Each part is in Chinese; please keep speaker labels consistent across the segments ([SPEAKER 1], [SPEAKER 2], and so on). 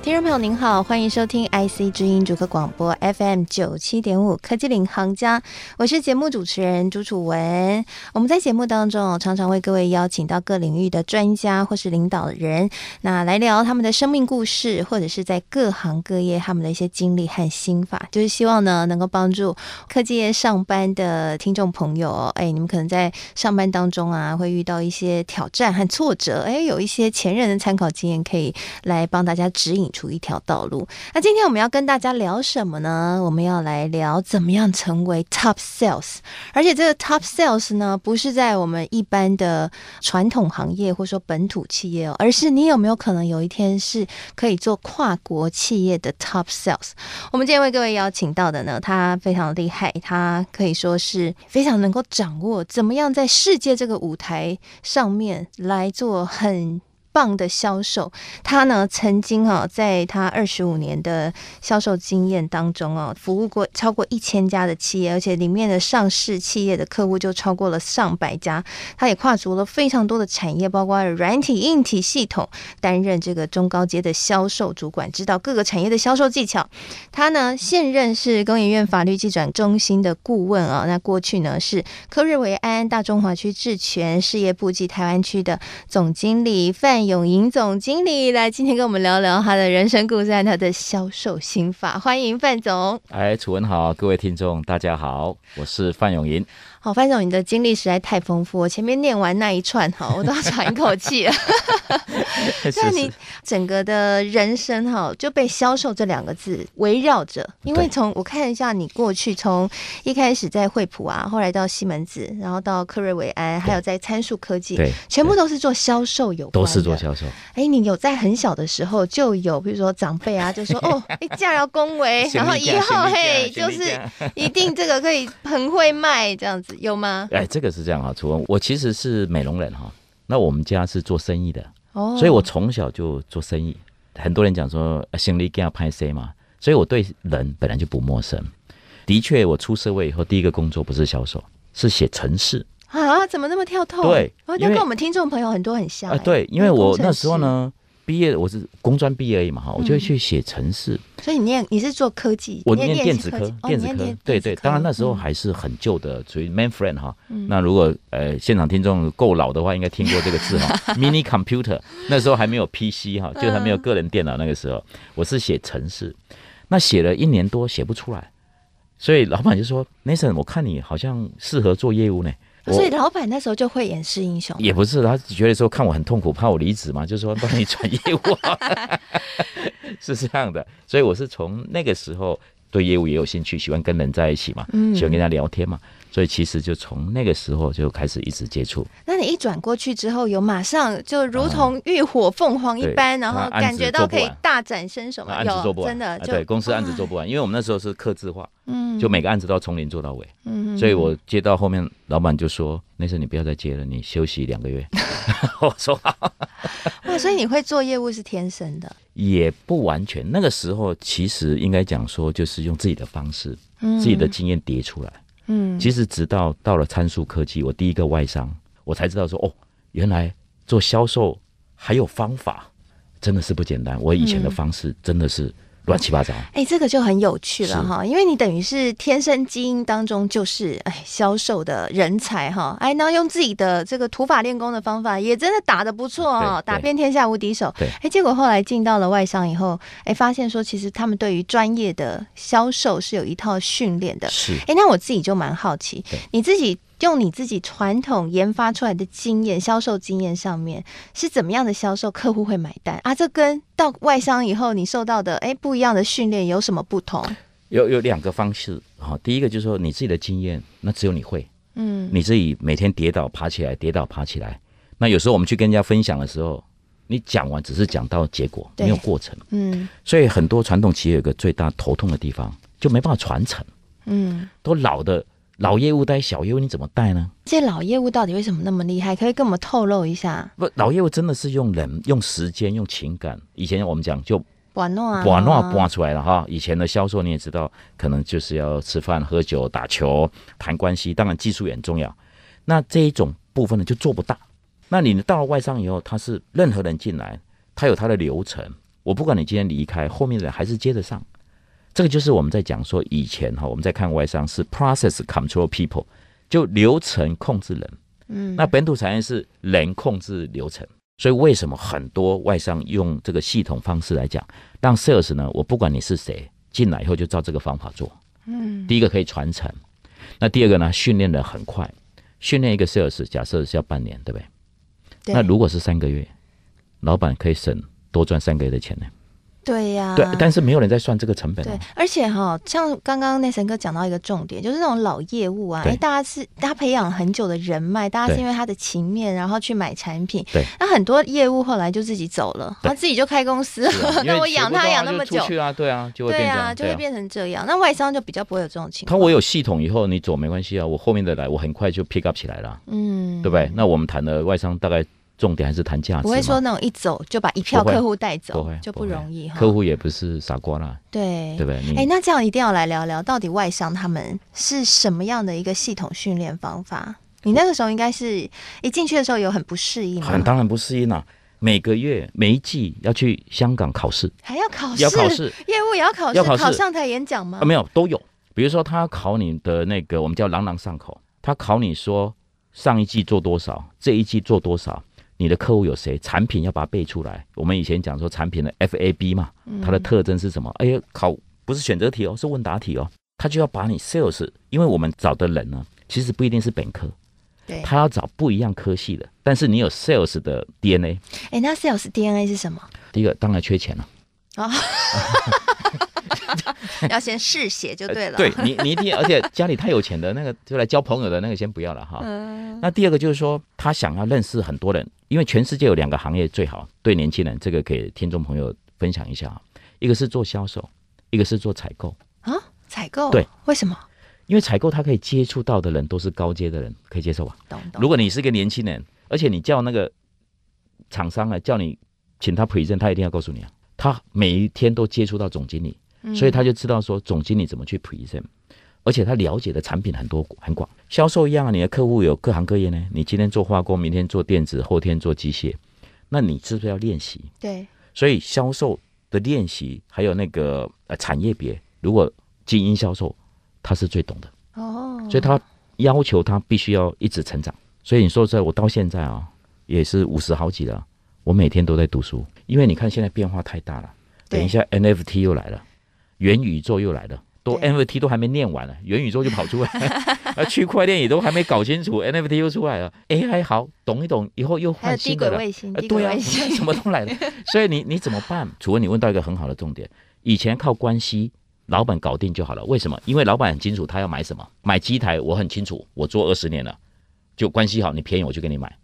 [SPEAKER 1] 听众朋友您好，欢迎收听 IC 之音主客广播 FM 九七点五科技领航家，我是节目主持人朱楚文。我们在节目当中哦，常常为各位邀请到各领域的专家或是领导人，那来聊他们的生命故事，或者是在各行各业他们的一些经历和心法，就是希望呢能够帮助科技业上班的听众朋友哦，哎，你们可能在上班当中啊会遇到一些挑战和挫折，哎，有一些前人的参考经验可以来帮大家指引出一条道路。那今天我们要跟大家聊什么呢？我们要来聊怎么样成为 top sales，而且这个 top sales 呢，不是在我们一般的传统行业或者说本土企业哦，而是你有没有可能有一天是可以做跨国企业的 top sales？我们今天为各位邀请到的呢，他非常厉害，他可以说是非常能够掌握怎么样在世界这个舞台上面来做很。棒的销售，他呢曾经啊、哦，在他二十五年的销售经验当中哦，服务过超过一千家的企业，而且里面的上市企业的客户就超过了上百家。他也跨足了非常多的产业，包括软体、硬体系统，担任这个中高阶的销售主管，指导各个产业的销售技巧。他呢现任是工研院法律技转中心的顾问啊、哦，那过去呢是科瑞维安大中华区智权事业部及台湾区的总经理范。永盈总经理来，今天跟我们聊聊他的人生故事和他的销售心法。欢迎范 总。
[SPEAKER 2] 哎，楚文好，各位听众大家好，我是范永盈。
[SPEAKER 1] 好，范总，你的经历实在太丰富，我前面念完那一串哈，我都要喘一口气了。那你整个的人生哈就被“销售”这两个字围绕着，因为从我看一下你过去，从一开始在惠普啊，后来到西门子，然后到科瑞维安，还有在参数科技，
[SPEAKER 2] 对，
[SPEAKER 1] 全部都是做销售有关
[SPEAKER 2] 都是做销售。
[SPEAKER 1] 哎，你有在很小的时候就有，比如说长辈啊，就 说哦，你嫁要恭
[SPEAKER 2] 哎
[SPEAKER 1] 维，哎然后以后嘿，就是一定这个可以很会卖这样子。有吗？
[SPEAKER 2] 哎，这个是这样哈、啊，楚文，我其实是美容人哈、啊，那我们家是做生意的，哦，所以我从小就做生意。很多人讲说呃心力更要拍 C 嘛，所以我对人本来就不陌生。的确，我出社会以后第一个工作不是销售，是写程式
[SPEAKER 1] 啊，怎么那么跳痛？
[SPEAKER 2] 对，
[SPEAKER 1] 哦，那跟我们听众朋友很多很像、欸。啊、
[SPEAKER 2] 呃，对，因为我那时候呢。毕业我是工专毕业而已嘛哈，我就去写城市。
[SPEAKER 1] 所以你念你是做科技，哦
[SPEAKER 2] 我念电子科，电子科，嗯对对。当然那时
[SPEAKER 1] 嗯
[SPEAKER 2] 候还是很旧的，属于 mainframe 哈。那如果呃现场听众够老的话，应该听过这个字 哈，mini computer。那时候还没有 PC 哈，就还没有个人电脑。那个时候我是写城市，那写了一年多写不出来，所以老板就说：“Nathan，我看你好像适合做业务呢。”
[SPEAKER 1] 所以老板那时候就会演示英雄，
[SPEAKER 2] 也不是他觉得说看我很痛苦，怕我离职嘛， 就说帮你转业务，啊 是这样的。所以我是从那个时候对业务也有兴趣，喜欢跟人在一起嘛，喜欢跟他聊天嘛，嗯、所以其实就从那个时候就开始一直接触。
[SPEAKER 1] 那你一转过去之后，有马上就
[SPEAKER 2] 啊
[SPEAKER 1] 如同浴火凤凰一般，啊、然后感觉到可以大展身手嘛？有真的、啊、
[SPEAKER 2] 对公司案子做不完，因为我们那时候是刻字化。嗯，就每个案子都要从零做到尾，嗯，所以我接到后面，老板就说：“那次你不要再接了，你休息两个月。”我说：“好。”
[SPEAKER 1] 哇，所以你会做业务是天生的？
[SPEAKER 2] 也不完全，那个时候其实应该讲说，就是用自己的方式、嗯、自己的经验叠出来。嗯，其实直到到了参数科技，我第一个外商，我才知道说，哦，原来做销售还有方法，真的是不简单。我以前的方式真的是、嗯。乱七八糟，
[SPEAKER 1] 哎、欸，这个就很有趣了哈，因为你等于是天生基因当中就是哎销售的人才哈，哎，那用自己的这个土法练功的方法也真的打得不错哦，打遍天下无敌手。
[SPEAKER 2] 对，
[SPEAKER 1] 哎，结果后来进到了外商以后，哎，发现说其实他们对于专业的销售是有一套训练的。
[SPEAKER 2] 是，
[SPEAKER 1] 哎，那我自己就蛮好奇，你自己。用你自己传统研发出来的经验、销售经验上面是怎么样的销售客户会买单啊？这跟到外商以后你受到的哎不一样的训练有什么不同？
[SPEAKER 2] 有有两个方式哈、哦，第一个就是说你自己的经验，那只有你会，嗯，你自己每天跌倒爬起来，跌倒爬起来。那有时候我们去跟人家分享的时候，你讲完只是讲到结果，没有过程，嗯，所以很多传统企业有个最大头痛的地方，就没办法传承，嗯，都老的。老业务带小业务，你怎么带呢？
[SPEAKER 1] 这老业务到底为什么那么厉害？可以跟我们透露一下？
[SPEAKER 2] 不，老业务真的是用人、用时间、用情感。以前我们讲就
[SPEAKER 1] 玩弄啊，
[SPEAKER 2] 把那把出来了哈。以前的销售你也知道，可能就是要吃饭、喝酒、打球、谈关系，当然技术也很重要。那这一种部分呢，就做不大。那你到了外商以后，他是任何人进来，他有他的流程。我不管你今天离开，后面的人还是接着上。这个就是我们在讲说以前哈，我们在看外商是 process control people，就流程控制人。嗯，那本土产业是人控制流程。所以为什么很多外商用这个系统方式来讲，让 sales 呢？我不管你是谁进来以后，就照这个方法做。嗯，第一个可以传承，那第二个呢，训练的很快，训练一个 sales 假设是要半年，对不对？
[SPEAKER 1] 对
[SPEAKER 2] 那如果是三个月，老板可以省多赚三个月的钱呢？
[SPEAKER 1] 对呀、
[SPEAKER 2] 对，但是没有人在算这个成本、
[SPEAKER 1] 对
[SPEAKER 2] 啊。，
[SPEAKER 1] 而且哈、像刚刚内神哥讲到一个重点，就是那种老业务啊，
[SPEAKER 2] 对
[SPEAKER 1] 哎，大家是大家培养很久的人脉，大家是
[SPEAKER 2] 对
[SPEAKER 1] 因为他的情面，然后去买产品。
[SPEAKER 2] 对，
[SPEAKER 1] 那很多业务后来就自己走了，
[SPEAKER 2] 对
[SPEAKER 1] 他自己就开公司
[SPEAKER 2] 是啊
[SPEAKER 1] 了。
[SPEAKER 2] 因
[SPEAKER 1] 那
[SPEAKER 2] 为
[SPEAKER 1] 我
[SPEAKER 2] 学
[SPEAKER 1] 养
[SPEAKER 2] 不
[SPEAKER 1] 他
[SPEAKER 2] 到啊
[SPEAKER 1] 养那
[SPEAKER 2] 就
[SPEAKER 1] 么久
[SPEAKER 2] 出，去啊，对啊，就会
[SPEAKER 1] 对
[SPEAKER 2] 变这
[SPEAKER 1] 啊，
[SPEAKER 2] 样，
[SPEAKER 1] 就
[SPEAKER 2] 对
[SPEAKER 1] 会
[SPEAKER 2] 啊。
[SPEAKER 1] 变成这样。那外商就比较不会有这种情
[SPEAKER 2] 他
[SPEAKER 1] 况。
[SPEAKER 2] 我有系统以后，你走没关系啊，我后面的来，我很快就 pick up 起来了，
[SPEAKER 1] 嗯，
[SPEAKER 2] 对不对？那我们谈的外商大概重点还是谈价值嘛，
[SPEAKER 1] 不会说那种一走就把一票
[SPEAKER 2] 不会
[SPEAKER 1] 客户带走，
[SPEAKER 2] 不会
[SPEAKER 1] 就不
[SPEAKER 2] 不会
[SPEAKER 1] 容易哈。
[SPEAKER 2] 客户也不是傻瓜啦，
[SPEAKER 1] 对
[SPEAKER 2] 对不对？
[SPEAKER 1] 哎，
[SPEAKER 2] 你
[SPEAKER 1] 那这样一定要来聊聊，到底外商他们是什么样的一个系统训练方法？你那个时候应该是一进去的时候有很不适应吗？
[SPEAKER 2] 很当然不适应啦。每个月每一季要去香港考试
[SPEAKER 1] 还要考试，
[SPEAKER 2] 要考试
[SPEAKER 1] 业务也要考试，
[SPEAKER 2] 要考试
[SPEAKER 1] 上台演讲吗？
[SPEAKER 2] 啊，没有都有。比如说他考你的那个，我们叫朗朗上口，他考你说上一季做多少，这一季做多少，你的客户有谁，产品要把它背出来。我们以前讲说产品的 FAB 嘛，它的特征是什么？哎呀，考不是选择题哦，是问答题哦，他就要把你 sales，因为我们找的人呢，其实不一定是本科，
[SPEAKER 1] 对，
[SPEAKER 2] 他要找不一样科系的，但是你有 sales 的 DNA。
[SPEAKER 1] 哎，那 sales DNA 是什 么？
[SPEAKER 2] 第一个当然缺钱了，
[SPEAKER 1] 要先试写就对了。
[SPEAKER 2] 对你你一定，而且家里太有钱的那个就来交朋友的那个先不要了哈。
[SPEAKER 1] 嗯
[SPEAKER 2] 那第二个就是说，他想要认识很多人，因为全世界有两个行业最好对年轻人，这个给听众朋友分享一下啊，一个是做销售，一个是做采购。
[SPEAKER 1] 啊，采购
[SPEAKER 2] 对，
[SPEAKER 1] 为什么？
[SPEAKER 2] 因为采购他可以接触到的人都是高阶的人，可以接受吧？
[SPEAKER 1] 懂懂。
[SPEAKER 2] 如果你是个年轻人，而且你叫那个厂商啊，叫你请他 present，他一定要告诉你啊，他每一天都接触到总经理，所以他就知道说总经理怎么去 present，而且他了解的产品很多很广。销售一样啊，你的客户有各行各业呢，你今天做化工，明天做电子，后天做机械，那你是不是要练习？
[SPEAKER 1] 对，
[SPEAKER 2] 所以销售的练习还有那个呃产业别，如果精英销售，他是最懂的。
[SPEAKER 1] 哦，
[SPEAKER 2] 所以他要求他必须要一直成长。所以你说这我到现在啊，也是五十好几了，我每天都在读书，因为你看现在变化太大了。
[SPEAKER 1] 对
[SPEAKER 2] 等一下 NFT 又来了，元宇宙又来了，都
[SPEAKER 1] 对
[SPEAKER 2] NFT 都还没念完呢，元宇宙就跑出来 了，而区块链也都还没搞清楚，NFT 又出来了，AI 好懂一懂，以后又
[SPEAKER 1] 还有
[SPEAKER 2] 换
[SPEAKER 1] 低
[SPEAKER 2] 新
[SPEAKER 1] 轨
[SPEAKER 2] 的了。
[SPEAKER 1] 卫星，
[SPEAKER 2] 呃
[SPEAKER 1] 低轨
[SPEAKER 2] 对啊，
[SPEAKER 1] 卫
[SPEAKER 2] 你看
[SPEAKER 1] 星，
[SPEAKER 2] 什么都来了，所以你你怎么办？楚文，你问到一个很好的重点，以前靠关系，老板搞定就好了。为什么？因为老板很清楚他要买什么，买机台我很清楚，我做二十年了，就关系好，你便宜我就给你买。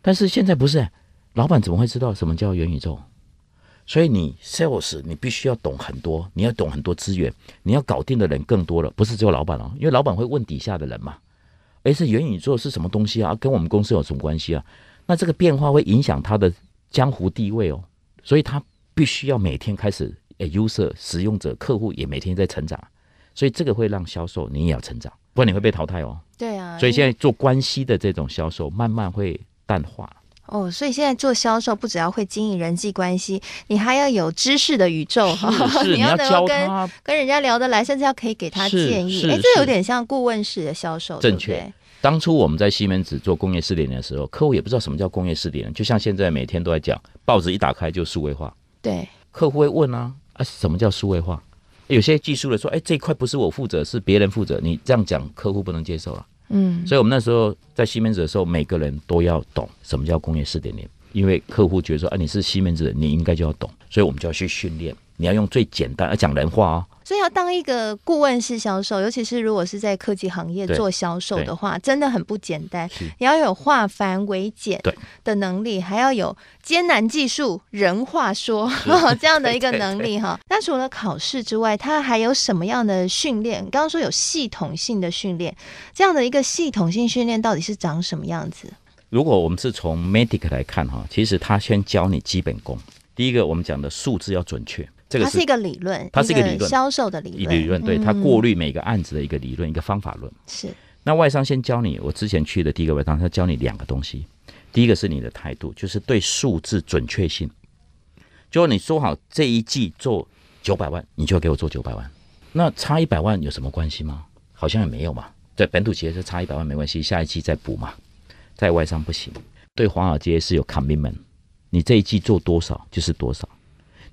[SPEAKER 2] 但是现在不是，老板怎么会知道什么叫元宇宙？所以你 sales 你必须要懂很多，你要懂很多资源，你要搞定的人更多了，不是只有老板哦，因为老板会问底下的人嘛。诶，是元宇宙是什么东西啊？跟我们公司有什么关系啊？那这个变化会影响他的江湖地位哦，所以他必须要每天开始，诶，user 使用者客户也每天在成长，所以这个会让销售你也要成长，不然你会被淘汰哦。
[SPEAKER 1] 对啊，
[SPEAKER 2] 所以现在做关系的这种销售慢慢会淡 化。
[SPEAKER 1] 哦，所以现在做销售不只要会经营人际关系，你还要有知识的宇宙哈，
[SPEAKER 2] 是 你
[SPEAKER 1] 要
[SPEAKER 2] 要
[SPEAKER 1] 能够
[SPEAKER 2] 教
[SPEAKER 1] 跟
[SPEAKER 2] 他
[SPEAKER 1] 跟人家聊得来，甚至要可以给他
[SPEAKER 2] 是
[SPEAKER 1] 建议。
[SPEAKER 2] 是
[SPEAKER 1] 哎，这
[SPEAKER 2] 是
[SPEAKER 1] 有点像顾问式的销售，对
[SPEAKER 2] 正
[SPEAKER 1] 不
[SPEAKER 2] 确
[SPEAKER 1] 对？
[SPEAKER 2] 当初我们在西门子做工业四点零的时候，客户也不知道什么叫工业四点零，就像现在每天都在讲，报纸一打开就数位化，
[SPEAKER 1] 对，
[SPEAKER 2] 客户会问啊啊，什么叫数位化？有些技术的说，哎，这一块不是我负责，是别人负责，你这样讲客户不能接受了。
[SPEAKER 1] 嗯，
[SPEAKER 2] 所以我们那时候在西门子的时候，每个人都要懂什么叫工业四点零，因为客户觉得说，啊，你是西门子人，你应该就要懂，所以我们就要去训练，你要用最简单，要讲人话哦。
[SPEAKER 1] 所以要当一个顾问式销售，尤其是如果是在科技行业
[SPEAKER 2] 对
[SPEAKER 1] 做销售
[SPEAKER 2] 对
[SPEAKER 1] 的话，真的很不简单
[SPEAKER 2] 是。
[SPEAKER 1] 你要有化繁为简
[SPEAKER 2] 对
[SPEAKER 1] 的能力，还要有艰难技术、人话说 这样的一个能力哈。那除了考试之外，它还有什么样的训练？你刚刚说有系统性的训练，这样的一个系统性训练到底是长什么样子？
[SPEAKER 2] 如果我们是从 Medic 来看哈，其实他先教你基本功。第一个，我们讲的数字要准确，这个
[SPEAKER 1] 它是一个理论，
[SPEAKER 2] 它是一个理论
[SPEAKER 1] 销售的理论，嗯
[SPEAKER 2] 理论，对它嗯过滤每个案子的一个理论，一个方法论。
[SPEAKER 1] 是
[SPEAKER 2] 那外商先教你，我之前去的第一个外商，他教你两个东西，第一个是你的态度，就是对数字准确性，就是你说好这一季做九百万，你就要给我做九百万，那差一百万有什么关系吗？好像也没有嘛，在本土企业是差一百万没关系，下一季再补嘛，在外商不行，对华尔街是有 commitment，你这一季做多少就是多少，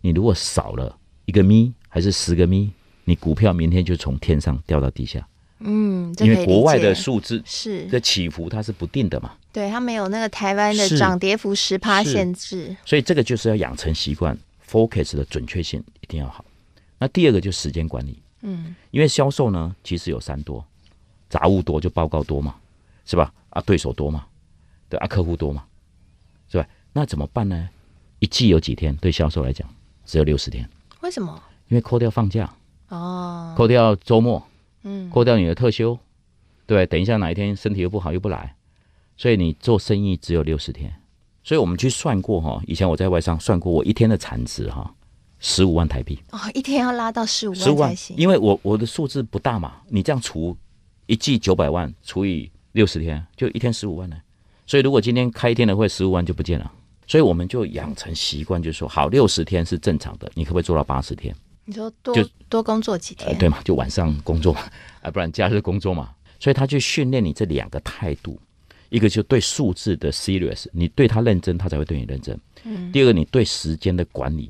[SPEAKER 2] 你如果少了一个咪还是十个咪，你股票明天就从天上掉到地下，
[SPEAKER 1] 嗯，这
[SPEAKER 2] 因
[SPEAKER 1] 可
[SPEAKER 2] 为
[SPEAKER 1] 以
[SPEAKER 2] 国外的
[SPEAKER 1] 理解
[SPEAKER 2] 数字
[SPEAKER 1] 是
[SPEAKER 2] 这起伏它是不定的嘛，
[SPEAKER 1] 对它没有那个台湾的
[SPEAKER 2] 是
[SPEAKER 1] 涨跌幅十趴
[SPEAKER 2] 是
[SPEAKER 1] 限制，
[SPEAKER 2] 所以这个就是要养成习惯，focus 的准确性一定要好。那第二个就是时间管理，嗯，因为销售呢其实有三多，杂物多就报告多嘛，是吧？啊，对手多嘛，对啊，客户多嘛，是吧？那怎么办呢？一季有几天？对销售来讲只有六十天，
[SPEAKER 1] 为什么？
[SPEAKER 2] 因为扣掉放假，
[SPEAKER 1] 哦，
[SPEAKER 2] 扣掉周末，
[SPEAKER 1] 嗯，
[SPEAKER 2] 扣掉你的特休，对，等一下哪一天身体又不好又不来，所以你做生意只有六十天。所以我们去算过哈，以前我在外商算过，我一天的产值哈，十五万台币，
[SPEAKER 1] 哦，一天要拉到十五
[SPEAKER 2] 十五
[SPEAKER 1] 万
[SPEAKER 2] 万
[SPEAKER 1] 才，行，
[SPEAKER 2] 因为我我的数字不大嘛，你这样除一季九百万除以六十天，就一天十五万呢。所以如果今天开一天的会，十五万就不见了。所以我们就养成习惯，就是说，好，六十天是正常的，你可不可以做到八十天？
[SPEAKER 1] 你说多
[SPEAKER 2] 就
[SPEAKER 1] 多工作几
[SPEAKER 2] 呃，
[SPEAKER 1] 天，
[SPEAKER 2] 对嘛，就晚上工作嘛， 啊，不然假日工作嘛。所以他去训练你这两个态度，一个就对数字的 serious，你对他认真，他才会对你认真。嗯、第二个，你对时间的管理，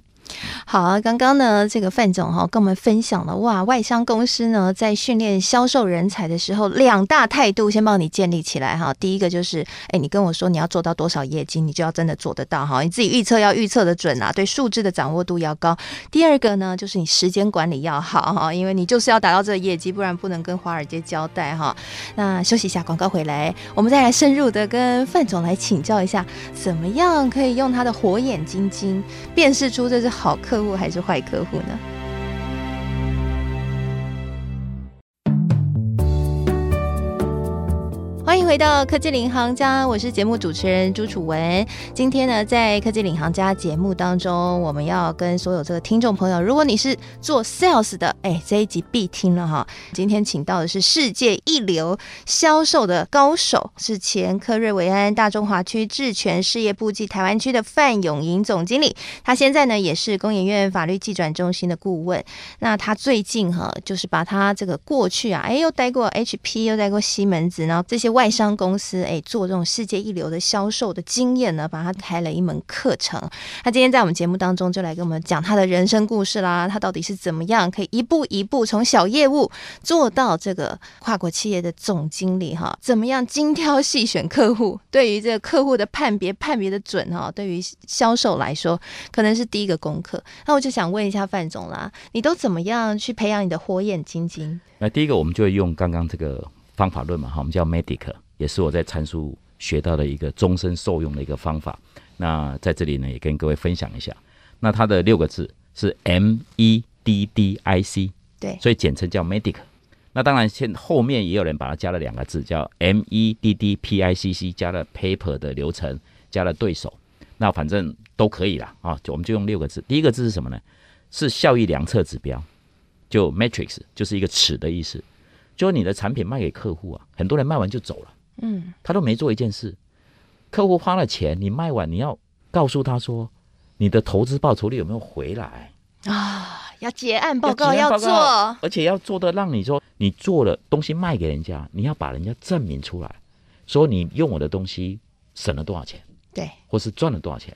[SPEAKER 1] 好啊，刚刚呢，这个范总哈、跟我们分享了哇，外商公司呢在训练销售人才的时候，两大态度先帮你建立起来哈、第一个就是，哎，你跟我说你要做到多少业绩，你就要真的做得到哈、你自己预测要预测的准啊，对数字的掌握度要高。第二个呢，就是你时间管理要好哈、因为你就是要达到这个业绩，不然不能跟华尔街交代哈、那休息一下，广告回来，我们再来深入的跟范总来请教一下，怎么样可以用他的火眼金睛辨识出这是好客户还是坏客户呢？欢迎回到科技领航家，我是节目主持人朱楚文。今天呢，在科技领航家节目当中，我们要跟所有这个听众朋友，如果你是做 sales 的，哎，这一集必听了哈。今天请到的是世界一流销售的高手，是前科瑞维安大中华区智权事业部暨台湾区的范永银总经理。他现在呢也是工研院法律技转中心的顾问。那他最近哈，就是把他这个过去啊，哎，又待过 HP，又待过西门子，然后这些外商公司，哎，做这种世界一流的销售的经验呢，把他开了一门课程。他今天在我们节目当中就来跟我们讲他的人生故事啦，他到底是怎么样可以一步一步从小业务做到这个跨国企业的总经理哈，怎么样精挑细选客户？对于这个客户的判别判别的准哈，对于销售来说可能是第一个功课。那我就想问一下范总啦，你都怎么样去培养你的火眼金睛？
[SPEAKER 2] 那第一个我们就用刚刚这个方法论嘛，哈，我们叫 medic，也是我在参数学到的一个终身受用的一个方法。那在这里呢，也跟各位分享一下。那它的六个字是 M E D D I C，
[SPEAKER 1] 对，
[SPEAKER 2] 所以简称叫 medic。那当然现，后面也有人把它加了两个字，叫 M E D D P I C C，加了 paper 的流程，加了对手，那反正都可以啦啊，就我们就用六个字。第一个字是什么呢？是效益量测指标，就 matrix，就是一个尺的意思，就是你的产品卖给客户啊，很多人卖完就走了，嗯，他都没做一件事，客户花了钱，你卖完你要告诉他说，你的投资报酬率有没有回来？
[SPEAKER 1] 要结案报告
[SPEAKER 2] 要
[SPEAKER 1] 要
[SPEAKER 2] 结案报
[SPEAKER 1] 做，
[SPEAKER 2] 而且要做的让你说你做了东西卖给人家，你要把人家证明出来，说你用我的东西省了多少钱，
[SPEAKER 1] 对，
[SPEAKER 2] 或是赚了多少钱。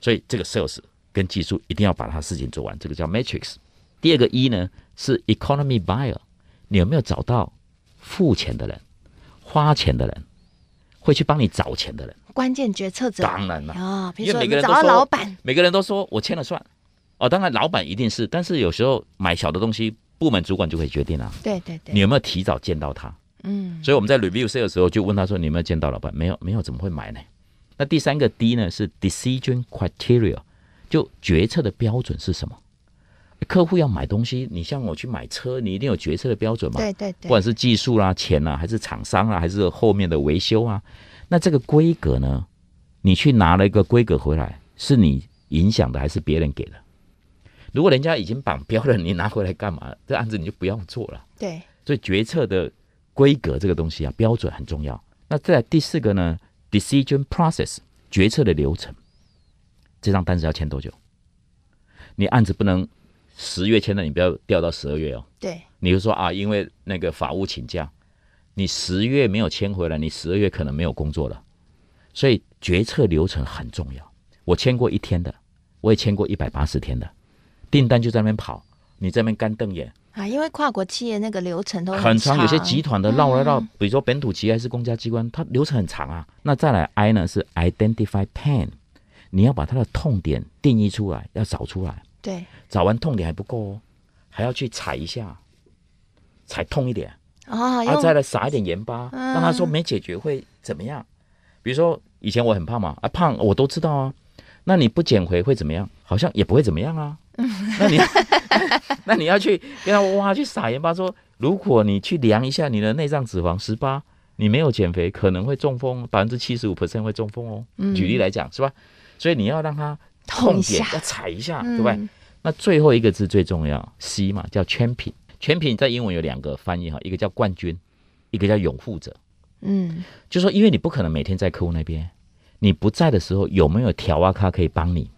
[SPEAKER 2] 所以这个 sales 跟技术一定要把它事情做完，这个叫 matrix。第二个一呢是 economy buyer，你有没有找到付钱的人、花钱的人，会去帮你找钱的人？
[SPEAKER 1] 关键决策者
[SPEAKER 2] 当然了
[SPEAKER 1] 啊，比
[SPEAKER 2] 因
[SPEAKER 1] 如
[SPEAKER 2] 为
[SPEAKER 1] 说
[SPEAKER 2] 每
[SPEAKER 1] 你
[SPEAKER 2] 个人
[SPEAKER 1] 找
[SPEAKER 2] 都
[SPEAKER 1] 到
[SPEAKER 2] 说
[SPEAKER 1] 老板，
[SPEAKER 2] 每个人都说我签了算。哦，当然老板一定是，但是有时候买小的东西，部门主管就可以决定啊。
[SPEAKER 1] 对对对
[SPEAKER 2] 你，有没有提早见到他？
[SPEAKER 1] 嗯，
[SPEAKER 2] 所以我们在 review sale 的时候就问他说：“你有没有见到老板？”没有，没有，怎么会买呢？那第三个 D 呢是 decision criteria，就决策的标准是什么？客户要买东西，你像我去买车，你一定有决策的标准嘛？
[SPEAKER 1] 对对
[SPEAKER 2] 不
[SPEAKER 1] 对，
[SPEAKER 2] 管是技术啦、钱啦，还是厂商啊啦，还是后面的维修啊，那这个规格呢，你去拿了一个规格回来，是你影响的还是别人给的？如果人家已经绑标了，你拿回来干嘛？这案子你就不要做了。
[SPEAKER 1] 对，
[SPEAKER 2] 所以决策的规格这个东西啊，标准很重要。那再来第四个呢，decision process 决策的流程，这张单子要签多久？你案子不能十月签的，你不要调到十二月哦。
[SPEAKER 1] 对，
[SPEAKER 2] 你就说啊，因为那个法务请假，你十月没有签回来，你十二月可能没有工作了。所以决策流程很重要。我签过一天的，我也签过一百八十天的，订单就在那边跑，你在那边干瞪眼，
[SPEAKER 1] 啊，因为跨国企业那个流程都
[SPEAKER 2] 很
[SPEAKER 1] 长，
[SPEAKER 2] 长，有些集团的绕来绕，比如说本土企业还是公家机关，它流程很长啊。那再来 I 呢是 identify pain，你要把它的痛点定义出来，要找出来，
[SPEAKER 1] 对
[SPEAKER 2] 找完痛点还不够哦，还要去踩一下，踩痛一点，
[SPEAKER 1] 啊，
[SPEAKER 2] 啊
[SPEAKER 1] 用
[SPEAKER 2] 再来撒一点盐巴，让他说没解决会怎么样？比如说以前我很胖嘛，啊胖我都知道啊，那你不减回会怎么样？好像也不会怎么样啊。那你 那你要去跟他哇去撒盐巴说，如果你去量一下你的内脏脂肪十八，你没有减肥可能会中风，百分之七十五 percent 会中风哦。举例来讲是吧？所以你要让他
[SPEAKER 1] 痛一
[SPEAKER 2] 痛点
[SPEAKER 1] 下
[SPEAKER 2] 要踩一下，
[SPEAKER 1] 嗯
[SPEAKER 2] 对不对？那最后一个字最重要，C 嘛，叫圈品。圈品在英文有两个翻译哈，一个叫冠军，一个叫拥护者。
[SPEAKER 1] 嗯
[SPEAKER 2] 就说因为你不可能每天在客户那边，你不在的时候有没有调啊咖可以帮你，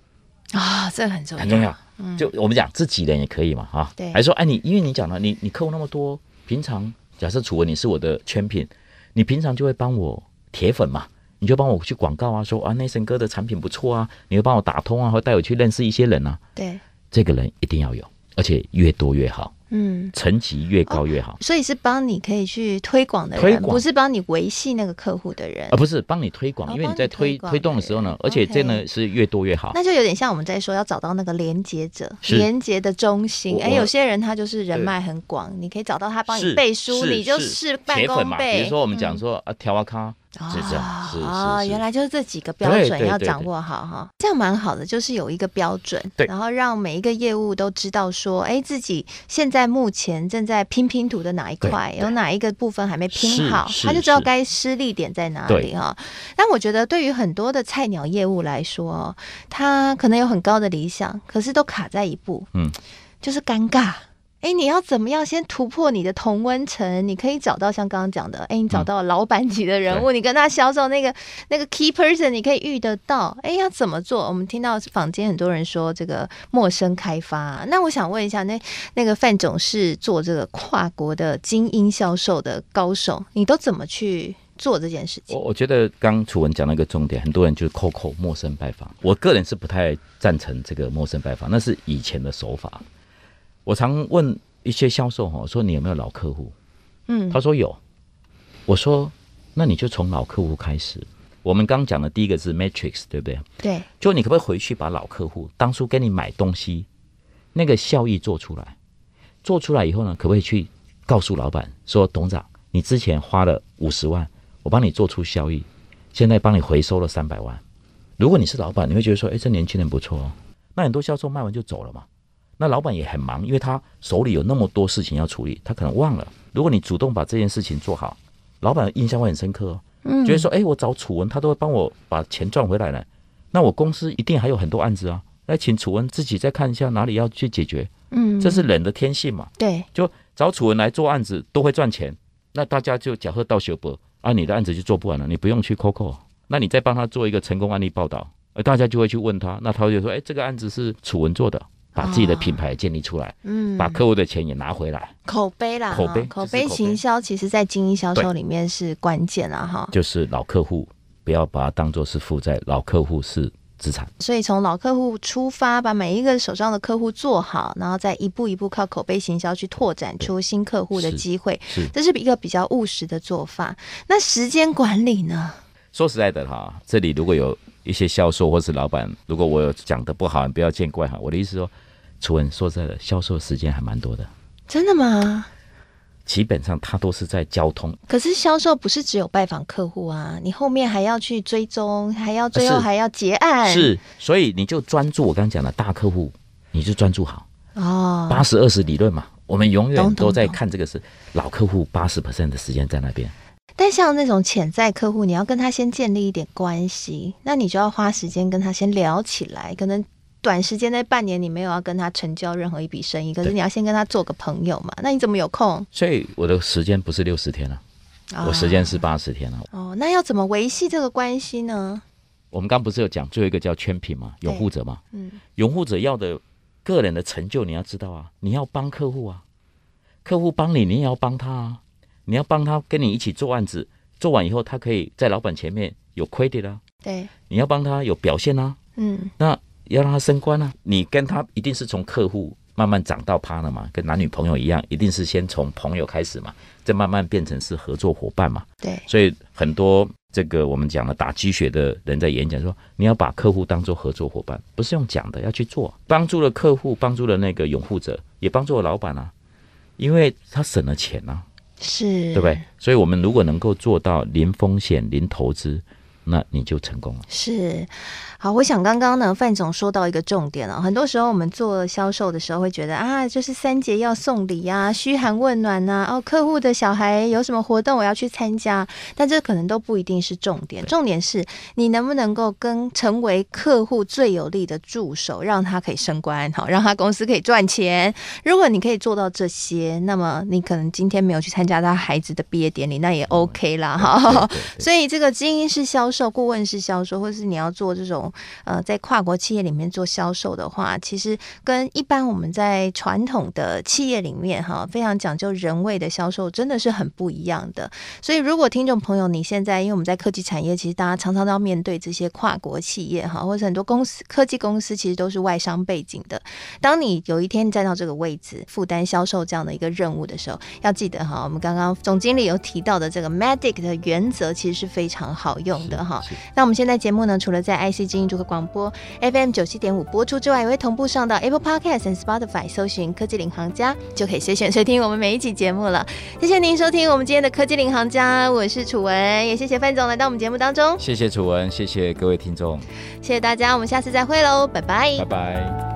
[SPEAKER 1] 啊，这个很重
[SPEAKER 2] 很重
[SPEAKER 1] 要，
[SPEAKER 2] 要。就我们讲自己人也可以嘛，哈、
[SPEAKER 1] 嗯对
[SPEAKER 2] 还说哎你，因为你讲了，你你客户那么多，平常假设楚文你是我的圈品，你平常就会帮我铁粉嘛。你就帮我去广告啊，说啊，Nathan 哥的产品不错啊，你会帮我打通啊，会带我去认识一些人啊。
[SPEAKER 1] 对，
[SPEAKER 2] 这个人一定要有，而且越多越好，
[SPEAKER 1] 嗯。
[SPEAKER 2] 层级越高越好，
[SPEAKER 1] 所以是帮你可以去推广的
[SPEAKER 2] 推
[SPEAKER 1] 人，
[SPEAKER 2] 广
[SPEAKER 1] 不是帮你维系那个客户的人
[SPEAKER 2] 而、。啊不是帮你推广，
[SPEAKER 1] 呃哦
[SPEAKER 2] 因为
[SPEAKER 1] 帮
[SPEAKER 2] 你
[SPEAKER 1] 你
[SPEAKER 2] 在
[SPEAKER 1] 推
[SPEAKER 2] 推
[SPEAKER 1] 广
[SPEAKER 2] 推动的
[SPEAKER 1] 的
[SPEAKER 2] 时候呢
[SPEAKER 1] 人，
[SPEAKER 2] 而且
[SPEAKER 1] OK
[SPEAKER 2] 真的是越多越好。
[SPEAKER 1] 那就有点像我们在说要找到那个连接者，
[SPEAKER 2] 是
[SPEAKER 1] 连接的中心。
[SPEAKER 2] 我
[SPEAKER 1] 哎，
[SPEAKER 2] 我
[SPEAKER 1] 有些人他就是人脉很广，你可以找到他帮你
[SPEAKER 2] 是
[SPEAKER 1] 背书，
[SPEAKER 2] 是
[SPEAKER 1] 你就是事
[SPEAKER 2] 铁
[SPEAKER 1] 半
[SPEAKER 2] 粉
[SPEAKER 1] 功
[SPEAKER 2] 嘛，
[SPEAKER 1] 倍。
[SPEAKER 2] 比如说我们讲说、啊，调啊咖是这样，是
[SPEAKER 1] 嗯哦，
[SPEAKER 2] 是是，
[SPEAKER 1] 原来就是这几个标
[SPEAKER 2] 对
[SPEAKER 1] 准
[SPEAKER 2] 对
[SPEAKER 1] 要
[SPEAKER 2] 对
[SPEAKER 1] 掌
[SPEAKER 2] 对
[SPEAKER 1] 握好哈，这样蛮好的，就是有一个标准，
[SPEAKER 2] 对
[SPEAKER 1] 然后让每一个业务都知道说，哎，自己现在目前正在拼拼图的哪一
[SPEAKER 2] 对
[SPEAKER 1] 块，
[SPEAKER 2] 对
[SPEAKER 1] 有哪一个部分还没拼
[SPEAKER 2] 是
[SPEAKER 1] 好，
[SPEAKER 2] 是
[SPEAKER 1] 他就知道
[SPEAKER 2] 是
[SPEAKER 1] 该失力点在哪
[SPEAKER 2] 对
[SPEAKER 1] 里哈。但我觉得对于很多的菜鸟业务来说哦，他可能有很高的理想，可是都卡在一步，
[SPEAKER 2] 嗯，
[SPEAKER 1] 就是尴尬。哎，你要怎么样先突破你的同温层？你可以找到像刚刚讲的，哎，你找到老板级的
[SPEAKER 2] 嗯
[SPEAKER 1] 人物，你跟他销售那个那个 key person，你可以遇得到。哎，要怎么做？我们听到坊间很多人说这个陌生开发、那我想问一下，那那个范总是做这个跨国的精英销售的高手，你都怎么去做这件事情
[SPEAKER 2] 我？我觉得刚楚文讲了一个重点，很多人就是扣扣陌生拜访，我个人是不太赞成这个陌生拜访，那是以前的手法。我常问一些销售哈，说你有没有老客户？
[SPEAKER 1] 嗯
[SPEAKER 2] 他说有。我说那你就从老客户开始。我们刚讲的第一个是 matrix，对不对？
[SPEAKER 1] 对，
[SPEAKER 2] 就你可不可以回去把老客户当初跟你买东西那个效益做出来？做出来以后呢，可不可以去告诉老板说，董事长，你之前花了五十万，我帮你做出效益，现在帮你回收了三百万。如果你是老板，你会觉得说，哎，这年轻人不错哦。那很多销售卖完就走了嘛。那老板也很忙，因为他手里有那么多事情要处理，他可能忘了。如果你主动把这件事情做好，老板印象会很深刻哦。嗯，觉得说，哎，我找楚文，他都会帮我把钱赚回来了。那我公司一定还有很多案子啊，来请楚文自己再看一下哪里要去解决。
[SPEAKER 1] 嗯，
[SPEAKER 2] 这是人的天性嘛，
[SPEAKER 1] 对，
[SPEAKER 2] 就找楚文来做案子都会赚钱，那大家就假贺到修博啊，你的案子就做不完了，你不用去 COCO，那你再帮他做一个成功案例报道，而大家就会去问他，那他就说，哎，这个案子是楚文做的，把自己的品牌建立出来，
[SPEAKER 1] 嗯，
[SPEAKER 2] 把客户的钱也拿回来，
[SPEAKER 1] 口碑啦，
[SPEAKER 2] 口
[SPEAKER 1] 哈
[SPEAKER 2] 碑
[SPEAKER 1] 口
[SPEAKER 2] 这是
[SPEAKER 1] 碑
[SPEAKER 2] 口碑
[SPEAKER 1] 行销，其实在精英销售
[SPEAKER 2] 对
[SPEAKER 1] 里面是关键啦，哈。
[SPEAKER 2] 就是老客户不要把它当做是负债，老客户是资产。
[SPEAKER 1] 所以从老客户出发，把每一个手上的客户做好，然后再一步一步靠口碑行销去拓展出新客户的
[SPEAKER 2] 是
[SPEAKER 1] 机会，
[SPEAKER 2] 是
[SPEAKER 1] 这是一个比较务实的做法。那时间管理呢？
[SPEAKER 2] 说实在的哈，这里如果有一些销售或是老板，如果我有讲的不好，你不要见怪哈。我的意思说，楚文说实在的，销售时间还蛮多的，
[SPEAKER 1] 真的吗？
[SPEAKER 2] 基本上他都是在交通，
[SPEAKER 1] 可是销售不是只有拜访客户啊，你后面还要去追踪，还要最
[SPEAKER 2] 啊是
[SPEAKER 1] 后还要结案，
[SPEAKER 2] 是，所以你就专注我刚刚讲的大客户，你就专注好
[SPEAKER 1] 哦，
[SPEAKER 2] 八十二十理论嘛。我们永
[SPEAKER 1] 懂懂
[SPEAKER 2] 远都在
[SPEAKER 1] 懂
[SPEAKER 2] 看这个是老客户八十 percent 的时间在那边，
[SPEAKER 1] 但像那种潜在客户，你要跟他先建立一点关系，那你就要花时间跟他先聊起来，可能短时间内半年你没有要跟他成交任何一笔生意，可是你要先跟他做个朋友嘛，那你怎么有空？
[SPEAKER 2] 所以我的时间不是六十天了、
[SPEAKER 1] 啊
[SPEAKER 2] 我时间是八十天了、
[SPEAKER 1] 哦，那要怎么维系这个关系呢？
[SPEAKER 2] 我们刚不是有讲最后一个叫圈品嘛，
[SPEAKER 1] 对
[SPEAKER 2] 拥护者嘛，
[SPEAKER 1] 嗯，
[SPEAKER 2] 拥护者要的个人的成就你要知道啊，你要帮客户啊，客户帮你，你也要帮他啊，你要帮他跟你一起做案子，做完以后他可以在老板前面有 credit 啊，
[SPEAKER 1] 对，
[SPEAKER 2] 你要帮他有表现啊，
[SPEAKER 1] 嗯，
[SPEAKER 2] 那要让他升官啊，你跟他一定是从客户慢慢长到 partner 嘛，跟男女朋友一样，一定是先从朋友开始嘛，再慢慢变成是合作伙伴嘛。
[SPEAKER 1] 对，
[SPEAKER 2] 所以很多这个我们讲的打鸡血的人在演讲说，你要把客户当做合作伙伴，不是用讲的，要去做，帮助了客户，帮助了那个拥护者，也帮助了老板啊，因为他省了钱啊，
[SPEAKER 1] 是，
[SPEAKER 2] 对不对？所以我们如果能够做到零风险、零投资，那你就成功了。
[SPEAKER 1] 是，好，我想刚刚呢，范总说到一个重点哦了、很多时候我们做销售的时候会觉得啊，就是三节要送礼啊，嘘寒问暖呐、哦，客户的小孩有什么活动我要去参加，但这可能都不一定是重点，重点是你能不能够跟成为客户最有力的助手，让他可以升官，好，让他公司可以赚钱。如果你可以做到这些，那么你可能今天没有去参加他孩子的毕业典礼，那也 OK 啦，哈、
[SPEAKER 2] 嗯对对
[SPEAKER 1] 所以这个精英式销售、顾问式销售，或是你要做这种呃，在跨国企业里面做销售的话，其实跟一般我们在传统的企业里面哈，非常讲究人味的销售，真的是很不一样的。所以，如果听众朋友你现在，因为我们在科技产业，其实大家常常都要面对这些跨国企业哈，或者很多公司科技公司其实都是外商背景的。当你有一天站到这个位置，负担销售这样的一个任务的时候，要记得哈，我们刚刚总经理有提到的这个 MADIC 的原则，其实是非常好用的哈。
[SPEAKER 2] 是
[SPEAKER 1] 那我们现在节目呢，除了在 IC 精英主客广播 FM 九七点五播出之外，也会同步上到 Apple Podcast 和 Spotify 搜寻“科技领航家”，就可以随选随听我们每一集节目了。谢谢您收听我们今天的《科技领航家》，我是楚文，也谢谢范总来到我们节目当中，
[SPEAKER 2] 谢谢楚文，谢谢各位听众，
[SPEAKER 1] 谢谢大家，我们下次再会喽，拜拜
[SPEAKER 2] 拜拜。